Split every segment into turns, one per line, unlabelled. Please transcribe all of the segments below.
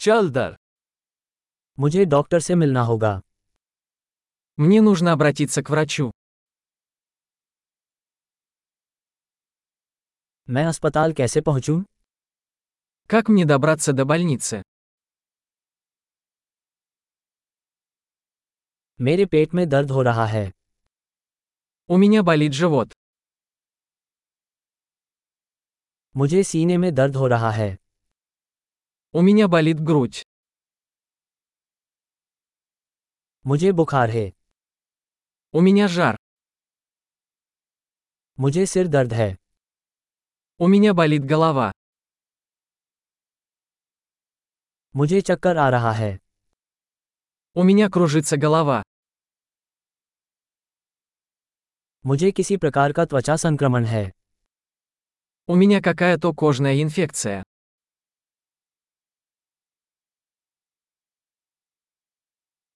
चल दर
मुझे डॉक्टर से मिलना होगा
Мне нужно обратиться к врачу.
मैं अस्पताल कैसे पहुंचूं?
Как мне добраться до больницы?
मेरे पेट में दर्द हो रहा है
У меня болит живот.
मुझे सीने में दर्द हो रहा है
У меня болит грудь.
मुझे बुखार है
У меня жар.
मुझे सिर दर्द है
У меня болит голова.
मुझे चक्कर आ रहा है
У меня кружится голова.
मुझे किसी प्रकार का त्वचा संक्रमण है
У меня какая-то кожная инфекция.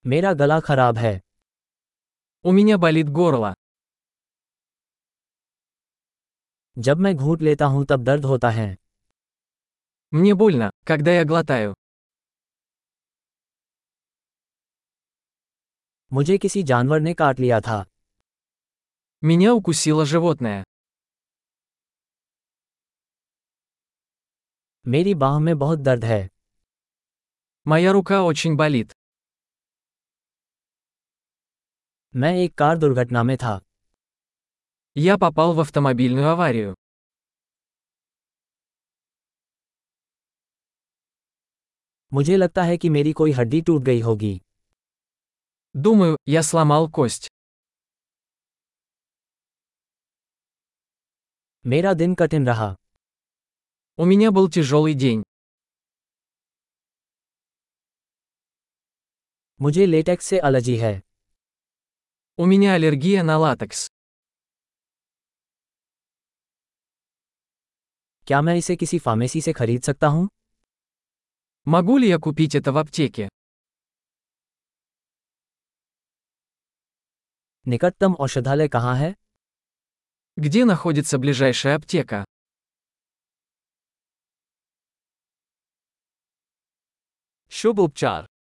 मेरा गला खराब है
У меня болит горло.
जब मैं घूंट लेता हूं तब दर्द होता है
Мне больно, когда я глотаю.
मुझे किसी जानवर ने काट लिया था
Меня укусило животное.
मेरी बाह में बहुत दर्द है
Моя рука очень болит.
मैं एक कार दुर्घटना में था
Я попал в автомобильную аварию.
मुझे लगता है कि मेरी कोई हड्डी टूट गई होगी
Думаю, я сломал кость.
मेरा दिन कठिन रहा
У меня был тяжелый день.
मुझे लेटेक्स से एलर्जी है
У меня аллергия на латекс.
क्या मैं इसे किसी फार्मेसी से खरीद सकता हूँ
Могу ли я купить это в аптеке?
निकटतम औषधालय कहाँ है
Где находится ближайшая аптека?
शुभ उपचार